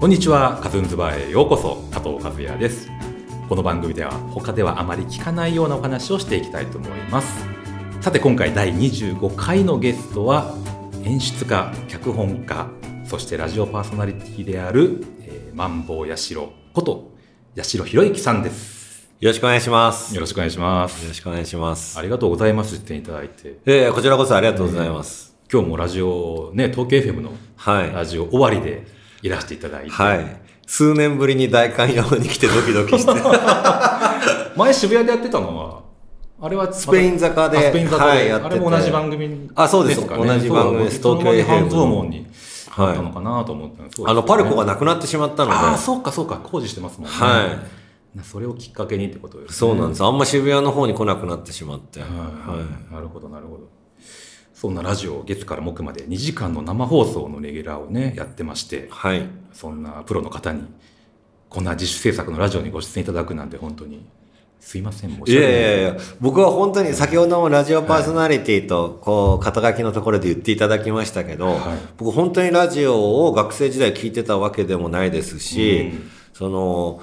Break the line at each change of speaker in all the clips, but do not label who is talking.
こんにちは、カズンズバーへようこそ、加藤和也です。この番組では他ではあまり聞かないようなお話をしていきたいと思います。さて今回第25回のゲストは演出家、脚本家、そしてラジオパーソナリティである、えー、マンボウヤシロこと八代博之さんです。
よろしくお願いします。
よ
よ
ろしくお願いします。
ろしくお願いします
あ。りがとうございます。出演いただいて。
ええこちらこそありがとうございます。
今日もラジオ、ね、東京 FM の
は
ラジオ終わりでいらしていただい
い。
て、
はい。数年ぶりに大観山に来てドキドキ して、
前渋谷でやってたのは、あれは
スペイン坂で
あスペイン坂で、
はいやって
あ
て
れも同じ番組
あそうです
か
同じ番組です
そう
東京
そのまま半
FM
蔵門にあったの
は
かなと思ったんです
い。あの、パルコが
な
なくなってしまったので、
ああ、そうかそうか、工事してますもんね。
は
それをきっかけにってことですね。
い。そうなんです。あんま渋谷の方に来なくなってしまって。
はい
は
なるほど、なるほど。そんなラジオを月から木まで2時間の生放送のレギュラーをね、やってまして
い。、はい。
そんなプロの方に、こんな自主制作のラジオにご出演いただくなんて本当に、すいません、申し
い
訳
や
ない
いやいや、僕は本当に先ほどもラジオパーソナリティと、こう、肩書きのところで言っていただきましたけど、
はい
僕本当にラジオを学生時代聞いてたわけでもないですし、
うん
その、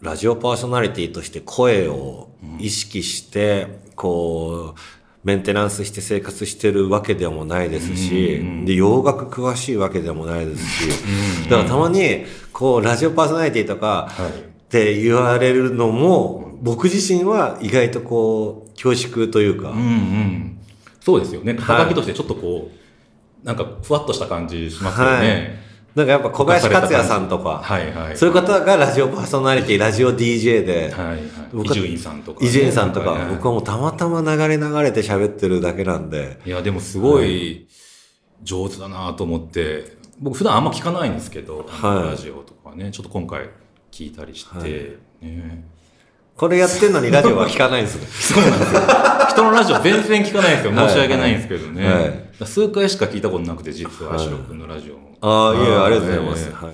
ラジオパーソナリティとして声を意識して、こう、メンテナンスして生活してるわけでもないですし、で、洋楽詳しいわけでもないですし、だからたまに、こう、ラジオパーソナリティとか、
はい
って言われるのも、僕自身は意外とこう、恐縮というか、
うんうん。そうですよね。肩書きとしてちょっとこう、なんかふわっとした感じしますよね。
なんかやっぱ小林克也さんとか、
はい、はい、はい。
そういう方がラジオパーソナリティ、ラジオ DJ で、
はい、はい。伊
僕は
集院さんとか、
伊集院さんとか、僕は
は
もうたまたま流れ流れて喋ってるだけなんで、
い。いや、でもすごい上手だなと思って、僕普段あんま聞かないんですけど、
はい
ラジオとかね、ちょっと今回聞いたりして、
はい
ね
これやってんのにラジオは聞かない んですよ。
人のラジオ全然聞かないんですよ。申し訳ないんですけどね。
はいはい
数回しか聞いたことなくて、実は、
はい
足郎くんのラジオも。
ああ、いや、ありがとうございます。
ええ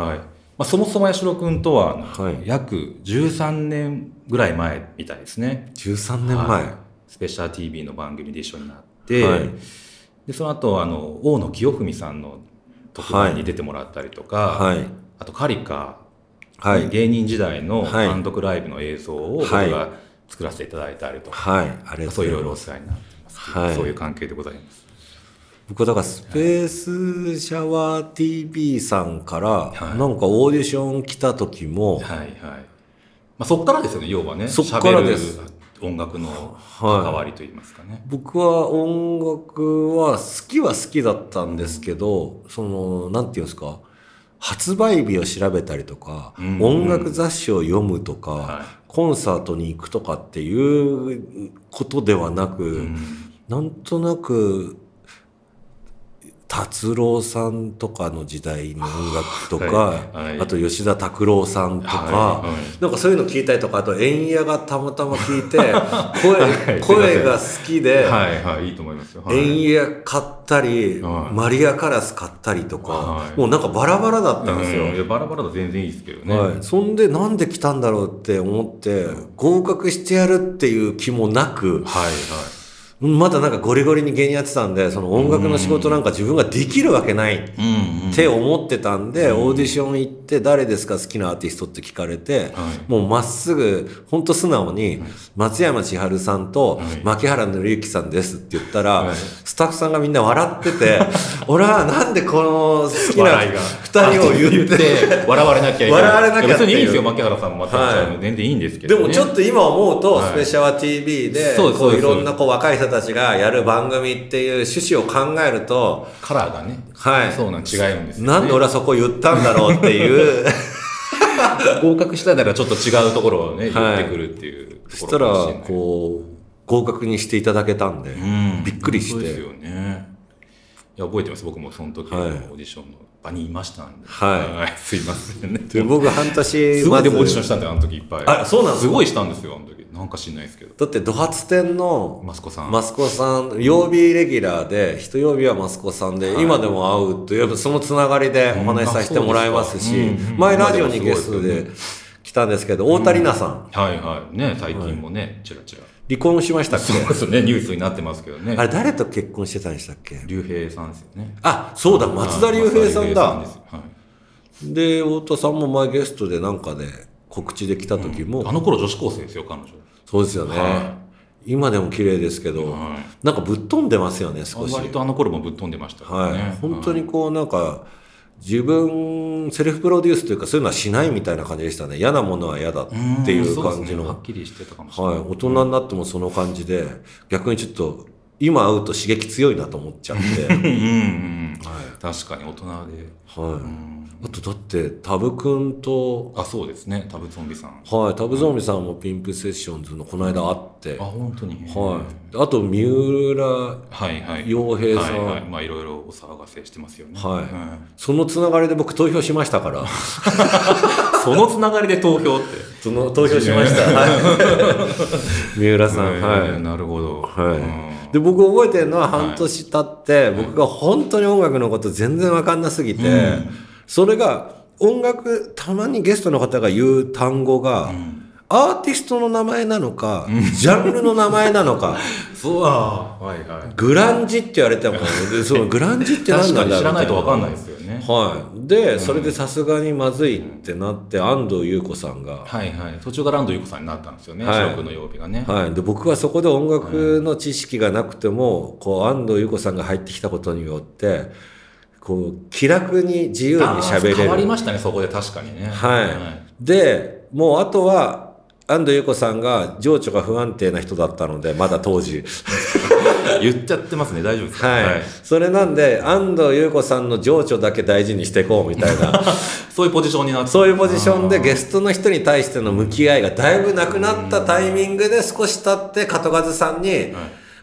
はい。
はいまあ、そもそも八代君とは、
はい
約13年ぐらい前みたいですね。
13年前。
はいスペシャル TV の番組で一緒になって、
はい
でその後あの大野清文さんの特番に出てもらったりとか、
はい。
あとカリカ、
はい。
芸人時代の
はい
単独ライブの映像を僕
はい
が作らせていただいたりとか、
はい。ありがとうございます。
そういろいろお世話になってます、
はい
そういう関係でございます。
僕だからスペースシャワー TV さんから、
はい
なんかオーディション来た時も、
はいはいまあ、そっからですよね要はね
そっから
喋る
です
音楽の関わりといいますかね。
僕は音楽は好きは好きだったんですけど、その、なんていうんですか、発売日を調べたりとか、
うん
音楽雑誌を読むとか、
はい
コンサートに行くとかっていうことではなく、なんとなく、達郎さんとかの時代の音楽とか、
はいはい
あと吉田拓郎さんとか、
はいは
なんかそういうの聞いたりとか、あと円矢がたまたま聞 いて、声、
はい
声が好きで、
はいはい、いいと思いますよ。はい
円矢買ったり、
はい
マリアカラス買ったりとか、
はい
もうなんかバラバラだったんですよ。
うんいやバラバラだと全然いいですけどね。
はい、そんでなんで来たんだろうって思って、合格してやるっていう気もなく、
はい
まだなんかゴリゴリに芸人やってたんで、その音楽の仕事なんか自分ができるわけないっ
うん
て思ってたんで、オーディション行って誰ですか好きなアーティストって聞かれて、
はい
もうまっすぐ、ほんと素直に、松山千春さんと
はい
牧原紀之さんですって言ったら、
はい
スタッフさんがみんな笑ってて、 俺はなんでこの好きな
笑いが
二人を言って、
笑われなきゃいけない。
笑われなきゃっていう
別にいいんですよ、牧原さんも松原さんも全然いいんですけ
で
ど、ね
もちょっと今思うと、
はい
スペシャワー TV で、
そうです
こ
そう
う
で
い
す
ろんなこう若い人たちがやる番組っていう趣旨を考えると、
カラーがね、
はい
そうなん違うんですよ、ね。
なんで俺はそこ言ったんだろうって いう。
合格したならちょっと違うところをね、言
はい
ってくるっていうと
そ
こ
したら
ろかもしれない、
こう、合格にしていただけたんで、
うん
びっくりし
そうです
て。
よね。いや、覚えてます。僕もその時のオ
はい
ーディションの場にいましたんで。
はい
い。すいませんね。
で僕半年、
すごいでもオーディション
ま
したんだよ、あの時いっぱい。
あそうなんです
す
か
ごいしたんですよ、あの時。なんか知んないですけど
ず。だって、ドハツ店の、
マスコさん。
マスコさん、曜日レギュラーで、一曜日はマスコさんで、
はい
今でも会うという、そのつながりでお話しさせてもらいますし、
うんあそうですかうんうん
前ラジオにゲストで来たんですけど、太田里奈さん、
はいはい。ね、最近もね、チラチラ。
離婚しましたっ
そう
け
ですね、ニュースになってますけどね
あ。れ誰と結婚してたんでしたっけ
竜兵さんですよね。
あ、そうだ、松田龍平さん
松田龍
だ。
ですよはい
で、太田さんも前ゲストでなんかで、告知で来た時も、
あの頃女子高生ですよ、彼女。
そうですよね。
は
今でも綺麗ですけ
は
ど、
い
なんかぶっ飛んでますよね、少し。
割とあの頃もぶっ飛んでましたから
はい、
ね。
本当にこうなんか、自分、セルフプロデュースというかそういうのはしないみたいな感じでしたね。嫌なものは嫌だっていう感じ
んそですね
の。
は
は
っ
い。
きりしてたかもしれない。
大人になってもその感じで、逆にちょっと、今会うと刺激強いなと思っちゃって。は
う
い。
んうんうん。確かに大人で。うん
あとだって、タブ君と、
あ、そうですね。タブゾンビさん。
はい、タブゾンビさんもピンプセッションズのこの間会って、
あ、
は
本当に。
い。あと、三浦
はいはい。
洋平さん、
はいはい。まあいろいろお騒がせしてますよね。
はい
うん
そのつながりで僕投票しましたから。
そのつながりで投票って。
その投票しました。はい三浦さん、
え
は
ー
い。
なるほど。
はい
うん
で、僕覚えてるのは半年経って、僕が本当に音楽のこと全然わかんなすぎて、
うん
それが音楽、たまにゲストの方が言う単語が、アーティストの名前なのか、ジャンルの名前な のか、
そうあーはいはい。
グランジって言われても、でそのグランジって何
確
な
か
ん
に
だろう
知らないとわかんない
み
ですよね。
たいなはい。で、それでさすがにまずいってなって、安藤優子さんが、
はいはい。途中から安藤優子さんになったんですよね。
はい
白くの曜日がね。
はい、で僕はそこで音楽の知識がなくても、こう安藤優子さんが入ってきたことによってこう気楽に自由に喋れ
あー
る
変わりましたね、そこで確かにね。
はいでもうあとは安藤優子さんが情緒が不安定な人だったのでまだ 当時
い言っちゃってますね、大丈夫ですか
はい、それなんで安藤優子さんの情緒だけ大事にしていこうみたいな
そういうポジションになって
そういうポジションでゲストの人に対しての向き合いがだいぶなくなったタイミングで少し経って門和さんに、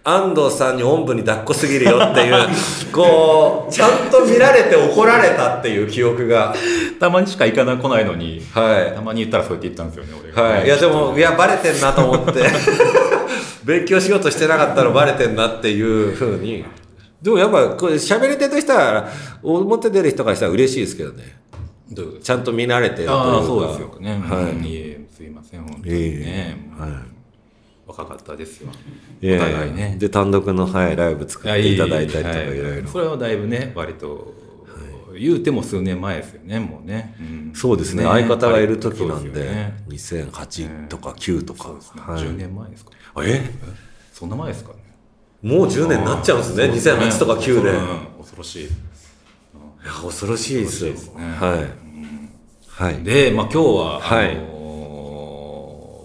安藤さんにおんぶに抱っこすぎるよっていう こうちゃんと見られて怒られたっていう記憶が
たまにしか行かな来ないのに、
は
たまに言ったらそうやって言ったんですよね、俺
い、
が。
はい、いやでもいやバレてんなと思って 勉強しようとしてなかったらバレてんなっていうふうにでもやっぱこれ喋り手としては表出る人からしたら嬉しいですけどね
どういうこと
ちゃんと見慣れてるというか
ああ、そうですよね。
はい
うんいえ、すいません、本当に
いえい
ね。
はい
若かったですよ。
いやいや
お互いね
で単独の、はい、ライブ作っていただいたりとか
はい
ろいろ
それはだいぶね、割と、言うても数年前ですよね、もうね。うん
そうですね相方がいる時な
そ
ん
うすよ
で
ね
2008とか9とか、
そうですね
はい
10年前ですか。
え
そんな前ですかね。
もう10年になっちゃうんですね、
そうね
2008とか9で。い
うん
や、
恐ろしい。
恐ろしいです
恐ろしい
よ。
ですね
はい。はい。
で、まあ、今日は、
はい
あのー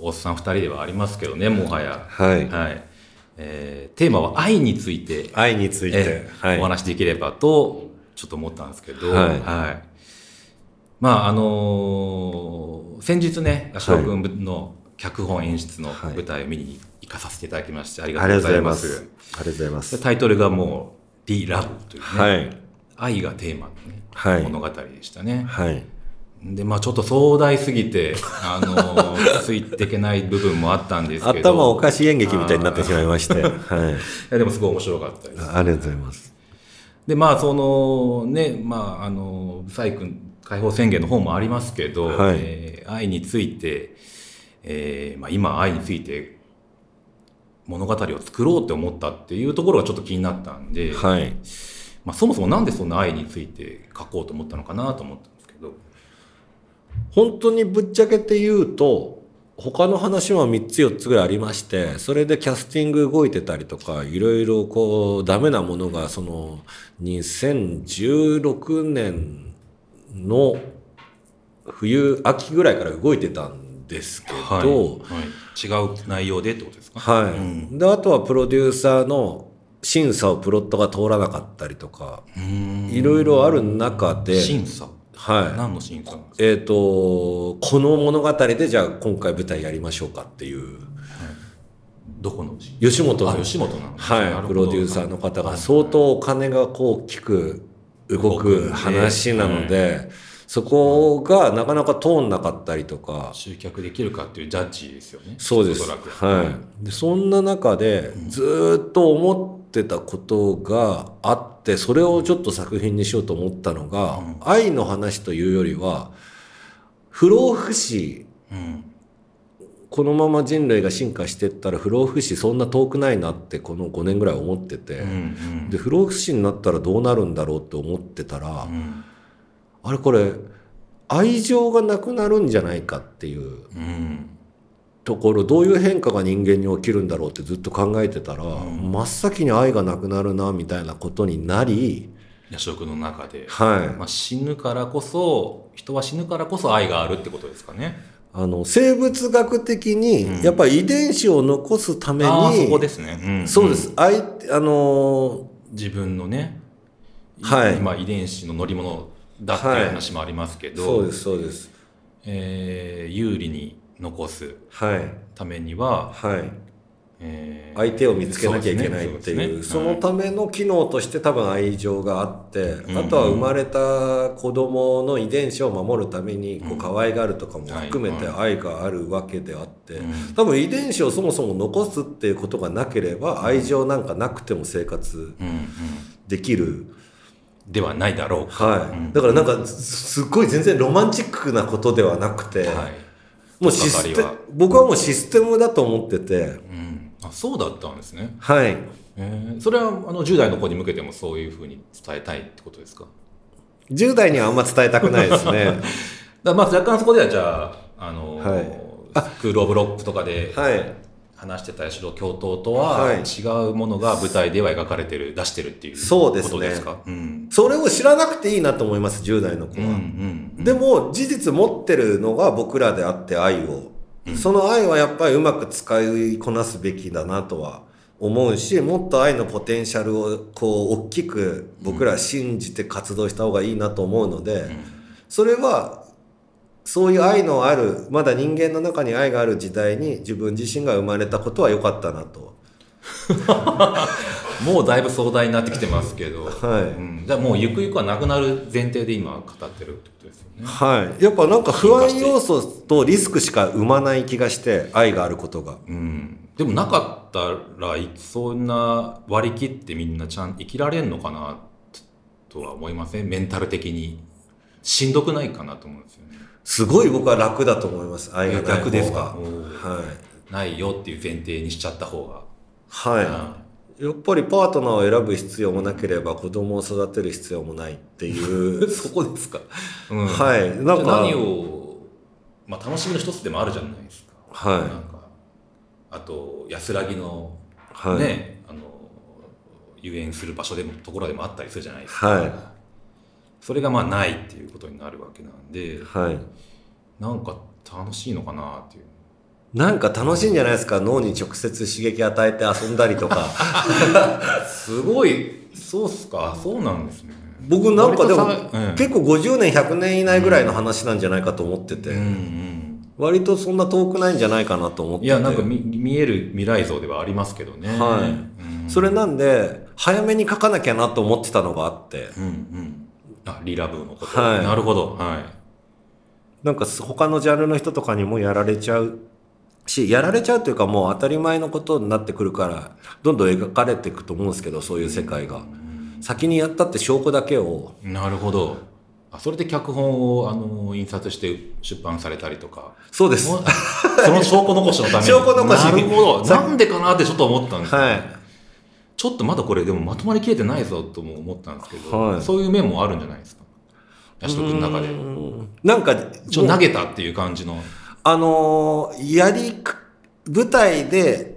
おっさん2人ではありますけどねもはや、
はい
えーテーマは愛について
愛について
え。ー
はい。
お話しできればとちょっと思ったんですけど、
はい
まああのー先日ね翔くんの脚本演出の舞台を見に行かさせていただきましてありが
あ
と
り
う
がと
ご
うご
ざ
ざ
い
い
ま
ますす。ありがとうございま。
ですタイトルがもう「BeLove」というね、
はい。
愛がテーマのね、
はい
物語でしたね。
はい。
で、まあちょっと壮大すぎて、あの ーついていけない部分もあったんですけど。
頭おかしい演劇みたいになってしまいまして。はい。
いや、でもすごい面白かったです。
ありがとうございます。
で、まあその、ね、まああのー、サイ君解放宣言の方もありますけど、
はい
えー愛について、えーまあ今愛について物語を作ろうって思ったっていうところがちょっと気になったんで、
はい。
まあそもそもなんでそんな愛について書こうと思ったのかなと思ったんですけど、
本当にぶっちゃけて言うと他の話も3つ4つぐらいありましてそれでキャスティング動いてたりとかいろいろこうダメなものがその2016年の冬秋ぐらいから動いてたんですけど、
はいはい違う内容でってことですか
はい。
うん
で、あとはプロデューサーの審査をプロットが通らなかったりとか、いろいろある中で、
審査
は
何の審査なんです
い。えっ、と、この物語でじゃあ今回舞台やりましょうかっていう、
どこの審
吉本
査
の、
あ吉本なの
はい、プロデューサーの方が相
は
当お金がこう効く、動
動く
く話なので、そこがなかなか通んなかったりとか
い、集客できるかっていうジャッジですよね
そうです。
おそらく
はい。で、そんな中で、ずーっと思ってたことがあって、それをちょっと作品にしようと思ったのが、
うん
愛の話というよりは、不老不死、
うん
このまま人類が進化してったら不老不死そんな遠くないなってこの5年ぐらい思ってて、
うんうん
で、不老不死になったらどうなるんだろうって思ってたら、
うん
あれこれ、愛情がなくなるんじゃないかっていう
うん
ところどういう変化が人間に起きるんだろうってずっと考えてたら、
ん
真っ先に愛がなくなるなみたいなことになり、
夜食の中で、
はい
まあ、死ぬからこそ人は死ぬからこそ愛があるってことですかね
あの生物学的
うん
にやっぱり遺伝子を残すために、
ああそこですね、ん
そうです、愛あの
自分のね、
はい
今遺伝子の乗り物だっていう話もありますけ
ー
ど、
そうですそうです
えー有利に残す
はい
ためには、
はい
えー
相手を見つけなきゃいけないっていうそ
そ
の
うですね
ための機能として多分愛情があって
ん
あとは生まれた子供の遺伝子を守るためにこう可愛がるとかも含めて愛があるわけであって
ん
多分遺伝子をそもそも残すっていうことがなければ愛情なんかなくても生活
うんうん
できる。
うんではないだろうか、
はい、だからなんかすすっごい全然ロマンチックなことではなくて、
はい
もうシス
と
テ
っかかりは
僕はもうシステムだと思ってて、
うん、あそうだったんですね、
はい、
えーそれはあの10代の子に向けてもそういうふうに伝えたいってことですか
10代にはあんま伝えたくないです ね。
だからまあ若干そこではじゃあ、あのー
はい
スクール・オブ・ロックとかで
はい
話してた白教頭と
は
はい違うものが舞台では描かれてる出してるっていう
そうですね
ことですかうん
それを知らなくていいなと思います、10代の子
うんう
は。
ん
でも、事実持ってるのが僕らであって愛を。その愛はやっぱりうまく使いこなすべきだなとは思うし、もっと愛のポテンシャルをこう大きく僕らは信じて活動した方がいいなと思うので、それはそういう愛のある、まだ人間の中に愛がある時代に自分自身が生まれたことは良かったなと。
もうだいぶ壮大になってきてますけど、
はい
うん、じゃあもうゆくゆくはなくなる前提で今語ってるってことですよね
はい。やっぱなんか不安要素とリスクしか生まない気がして、愛があることが。
うんでもなかったらいそんな割り切ってみんなちゃん生きられんのかなとは思いませんメンタル的にしんどくないかなと思うんですよね
すごい僕は楽だと思います。愛がない方が
楽ですか
はい。
ないよっていう前提にしちゃった方が、
は
うん
い。やっぱりパートナーを選ぶ必要もなければ子供を育てる必要もないっていう。
そこですか。うん
はい。なん
じゃあ
か。
何を、まあ、楽しみの一つでもあるじゃないですか。なん
は
かあと安らぎの、
い。はい。
ねあの遊園する場所でもところでもあったりするじゃないですか。
は
それがまあないっていうことになるわけなんで
い。はい。
なんか楽しいのかなっていう。
なんか楽しいんじゃないですか脳に直接刺激与えて遊んだりとか。
すごいそうっすかそうなんですね。
僕なんかでも
割とさうん
結構50年、100年以内ぐらいの話なんじゃないかと思ってて。
うんうん。
割とそんな遠くないんじゃないかなと思ってて
いやなんか見見える未来像ではありますけどね。
はい
うん
それなんで早めに書かなきゃなと思ってたのがあって
うんうん。あ、リラブーのこと。
はい
なるほど。はい。
なんかす他のジャンルの人とかにもやられちゃうしやられちゃうというかもう当たり前のことになってくるからどんどん描かれていくと思うんですけどそういう世界が先にやったって証拠だけを
なるほど。あ、それで脚本を、あの、印刷して出版されたりとか。
そうです
もうその 証拠残しのために。
証拠残し
なるほど。なんでかなってちょっと思ったんです
は
ちょっとまだこれでもまとまりきれてないぞとも思ったんですけど、
はい
そういう面もあるんじゃないですか。
い
ヤシト君の中で
う。ーんなんか
ちょっと投げたっていう感じの。
あのーやりく舞台で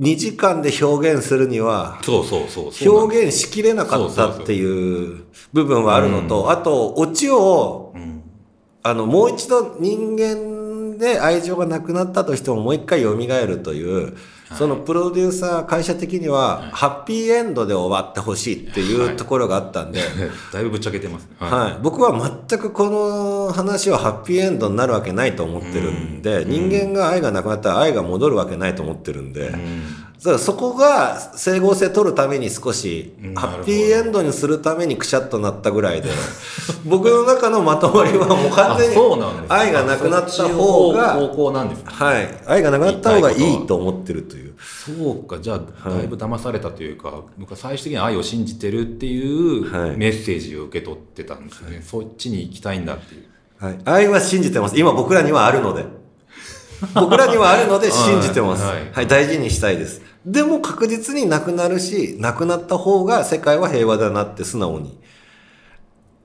2時間で表現するには
そうそうそうそうなんです。
表現しきれなかったっていう部分はあるのと、あと、オチを、
うん。
あの、もう一度人間で愛情がなくなったとしてももう一回蘇るという、そのプロデューサー会社的には、ハッピーエンドで終わってほしいっていうところがあったんで、
だいぶぶっちゃけてますね。はい
はい、僕は全くこの話はハッピーエンドになるわけないと思ってるんで、人間が愛がなくなったら愛が戻るわけないと思ってるんで、だからそこが整合性取るために少し
うん、
ハッピーエンドにするためにくしゃっとなったぐらい で、僕の中のまとまりはもう完全
あ
に
そうなんですね
愛がなくなった方
そっちの
が、
方向なんですね
はい、愛がなくなった方がいいと思ってるという。
そうか、じゃあ、だいぶ騙されたというか、僕は最終的に愛を信じてるっていう
はい
メッセージを受け取ってたんですよね。そっちに行きたいんだっていう。
はい、愛は信じてます。今僕らにはあ るので。僕らにはあるので信じてます。
は
はいい、大事にしたいです。でも確実になくなるし、なくなった方が世界は平和だなって素直に。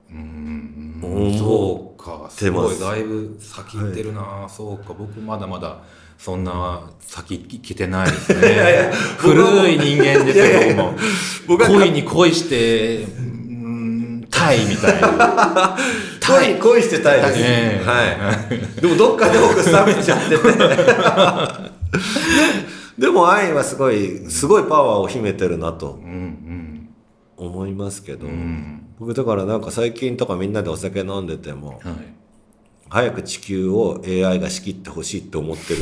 うん、
うん
そうか。かすごいだいぶ先行ってるな、そうか僕まだまだそんな先行けてないです ね
僕はもう
古い人間ですよ
いやいやいや
僕も
僕は
恋に恋してうんタイみたいなタイ
恋、恋してたいです。
ええ
はい。でもどっかで僕冷めちゃ ってて。でも愛はすごい、すごいパワーを秘めてるなと
うん
思いますけど、
うんうん
僕だからなんか最近とかみんなでお酒飲んでても、
はい
早く地球を AI が仕切ってほしいって思ってる。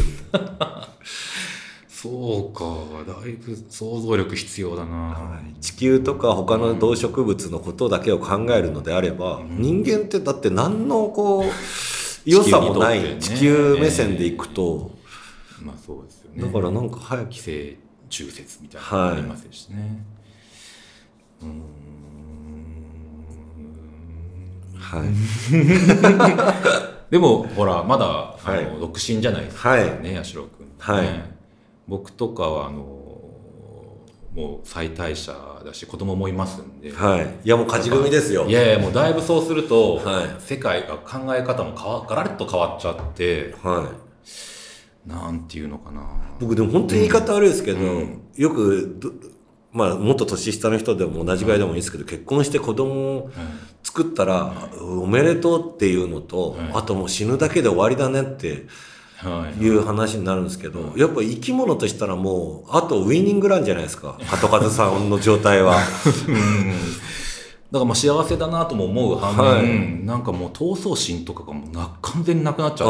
そうかだいぶ想像力必要だな、
地球とか他の動植物のことだけを考えるのであれば、人間ってだって何のこう、良さもない
地球にとって
地
ね
球目線でいくと、
まあそうですよね
だからなんか早く
寄生中説みたいなのもありますしね、
はい。
でもほらまだあの、
はい
独身じゃないですか
はい。
ね八代君、ね
はい
僕とかはあのもう再退社だし子供もいますんで、
はい。いや、もう勝ち組ですよ。
いやいやもうだいぶそうすると、
はい
世界が考え方も変わガラッと変わっちゃって
はい。
なんていうのかな
僕でも本当に言い方悪いですけど、
うん
よくど、まあ、もっと年下の人でも同じぐらいでもいいですけど、結婚して子供を作ったら、おめでとうっていうのと、
はい
あともう死ぬだけで終わりだねって
はい、
いう話になるんですけど、やっぱ生き物としたらもう、あとウィニングランじゃないです か。鳩風さんの状態は。
だからまあ幸せだなとも思う反面、
は
なんかもう闘争心とかがもうな完全になくなっち
あ
ゃっ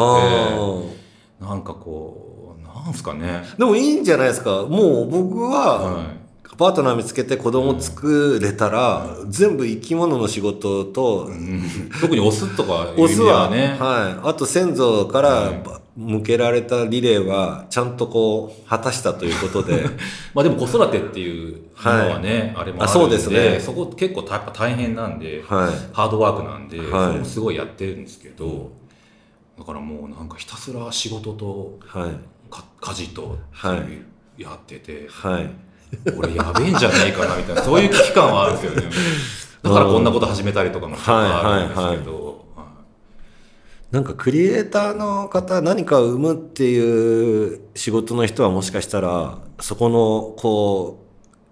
ー
てなんかこうなんすかね
でもいいんじゃないですか。もう僕は、
は
パートナー見つけて子供作れたら、全部生き物の仕事と、
い、うん特にオスとかいう意
オ
味
ス
では
は、
ね
はい。あと先祖から向けられたリレーは、ちゃんとこう、果たしたということ で、
まあでも子育てっていうのはね、あれもあるんで
あそうですね
そこ結構たやっぱ大変なんで、
はい。
ハードワークなんで、
はい
それもすごいやってるんですけどだからもうなんかひたすら仕事と
はい。
か家事と
はい
そういうやってて、
はい。
俺やべえんじゃねえかなみたいなそういう危機感はあるんですよ ねだからこんなこと始めたりとかもあるんですけど、
なんかクリエイターの方、何かを生むっていう仕事の人はもしかしたら、そこの、こう、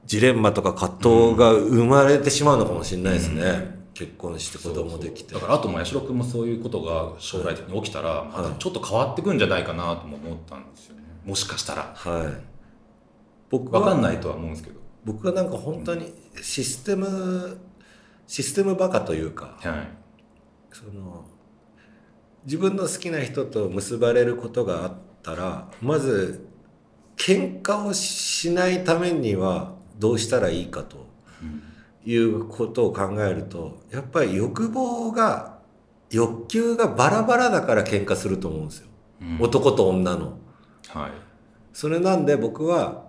ジレンマとか葛藤が生まれてしまうのかもしれないですね。結婚して子供できて。
だからあとも八代君もそういうことが将来的に起きたら、またちょっと変わってくんじゃないかなとも思ったんですよねもしかしたら
はい。僕
分
は
かんないとは思うんですけど
僕はなんか本当にシステム、システムバカというか、
はい
その、自分の好きな人と結ばれることがあったら、まず、喧嘩をしないためにはどうしたらいいかということを考えると、やっぱり欲望が、欲求がバラバラだから喧嘩すると思うんですよ。
うん
男と女の。
はい
それなんで僕は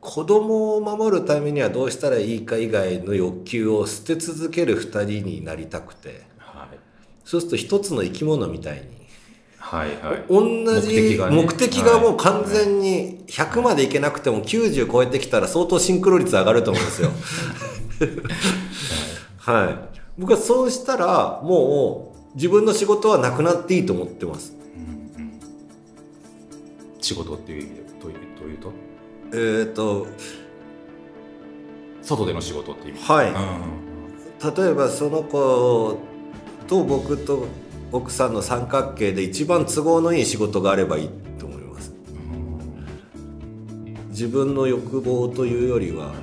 子供を守るためにはどうしたらいいか以外の欲求を捨て続ける二人になりたくて
はい
そうすると一つの生き物みたいに
はいはい
同じ
目的がね
目的がもう完全に100までいけなくても90超えてきたら相当シンクロ率上がると思う んですよ。はい。僕はそうしたらもう自分の仕事はなくなっていいと思ってます。
うんうん仕事っていう意味でというというと
えっ、ー、と、
外での仕事っていう意味
はい。
うん
例えばその子と僕と奥さんの三角形で一番都合のいい仕事があればいいと思います
うん
自分の欲望というよりは
はい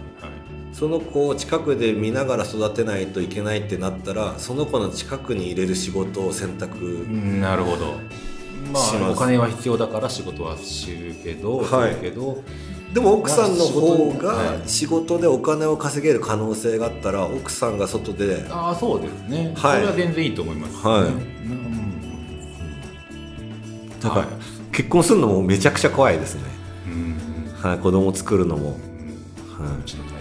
その子を近くで見ながら育てないといけないってなったらその子の近くに入れる仕事を選択
うんなるほどま
しま
あ
す
お金は必要だから仕事はするけど、
はい
するけど
でも奥さんの方
は
が
い
仕事でお金を稼げる可能性があったら奥さんが外で
ああそうですね、
は
そ
い
れは全然いいと思います、
はい
うん
だ
から
結婚するのもめちゃくちゃ怖いですね、
うんうん
はい、子供作るのも
うちの体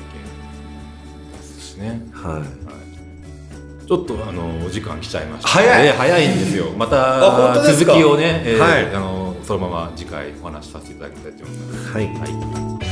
験ですしね、
はい、はい
はい、ちょっとあのお時間来ちゃいました
早い
えー早いんですよま
あ
た
本当です
続
か
きをね、えー
はい
あのそのまま次回お話しさせていただきたいと思います、
はい
はい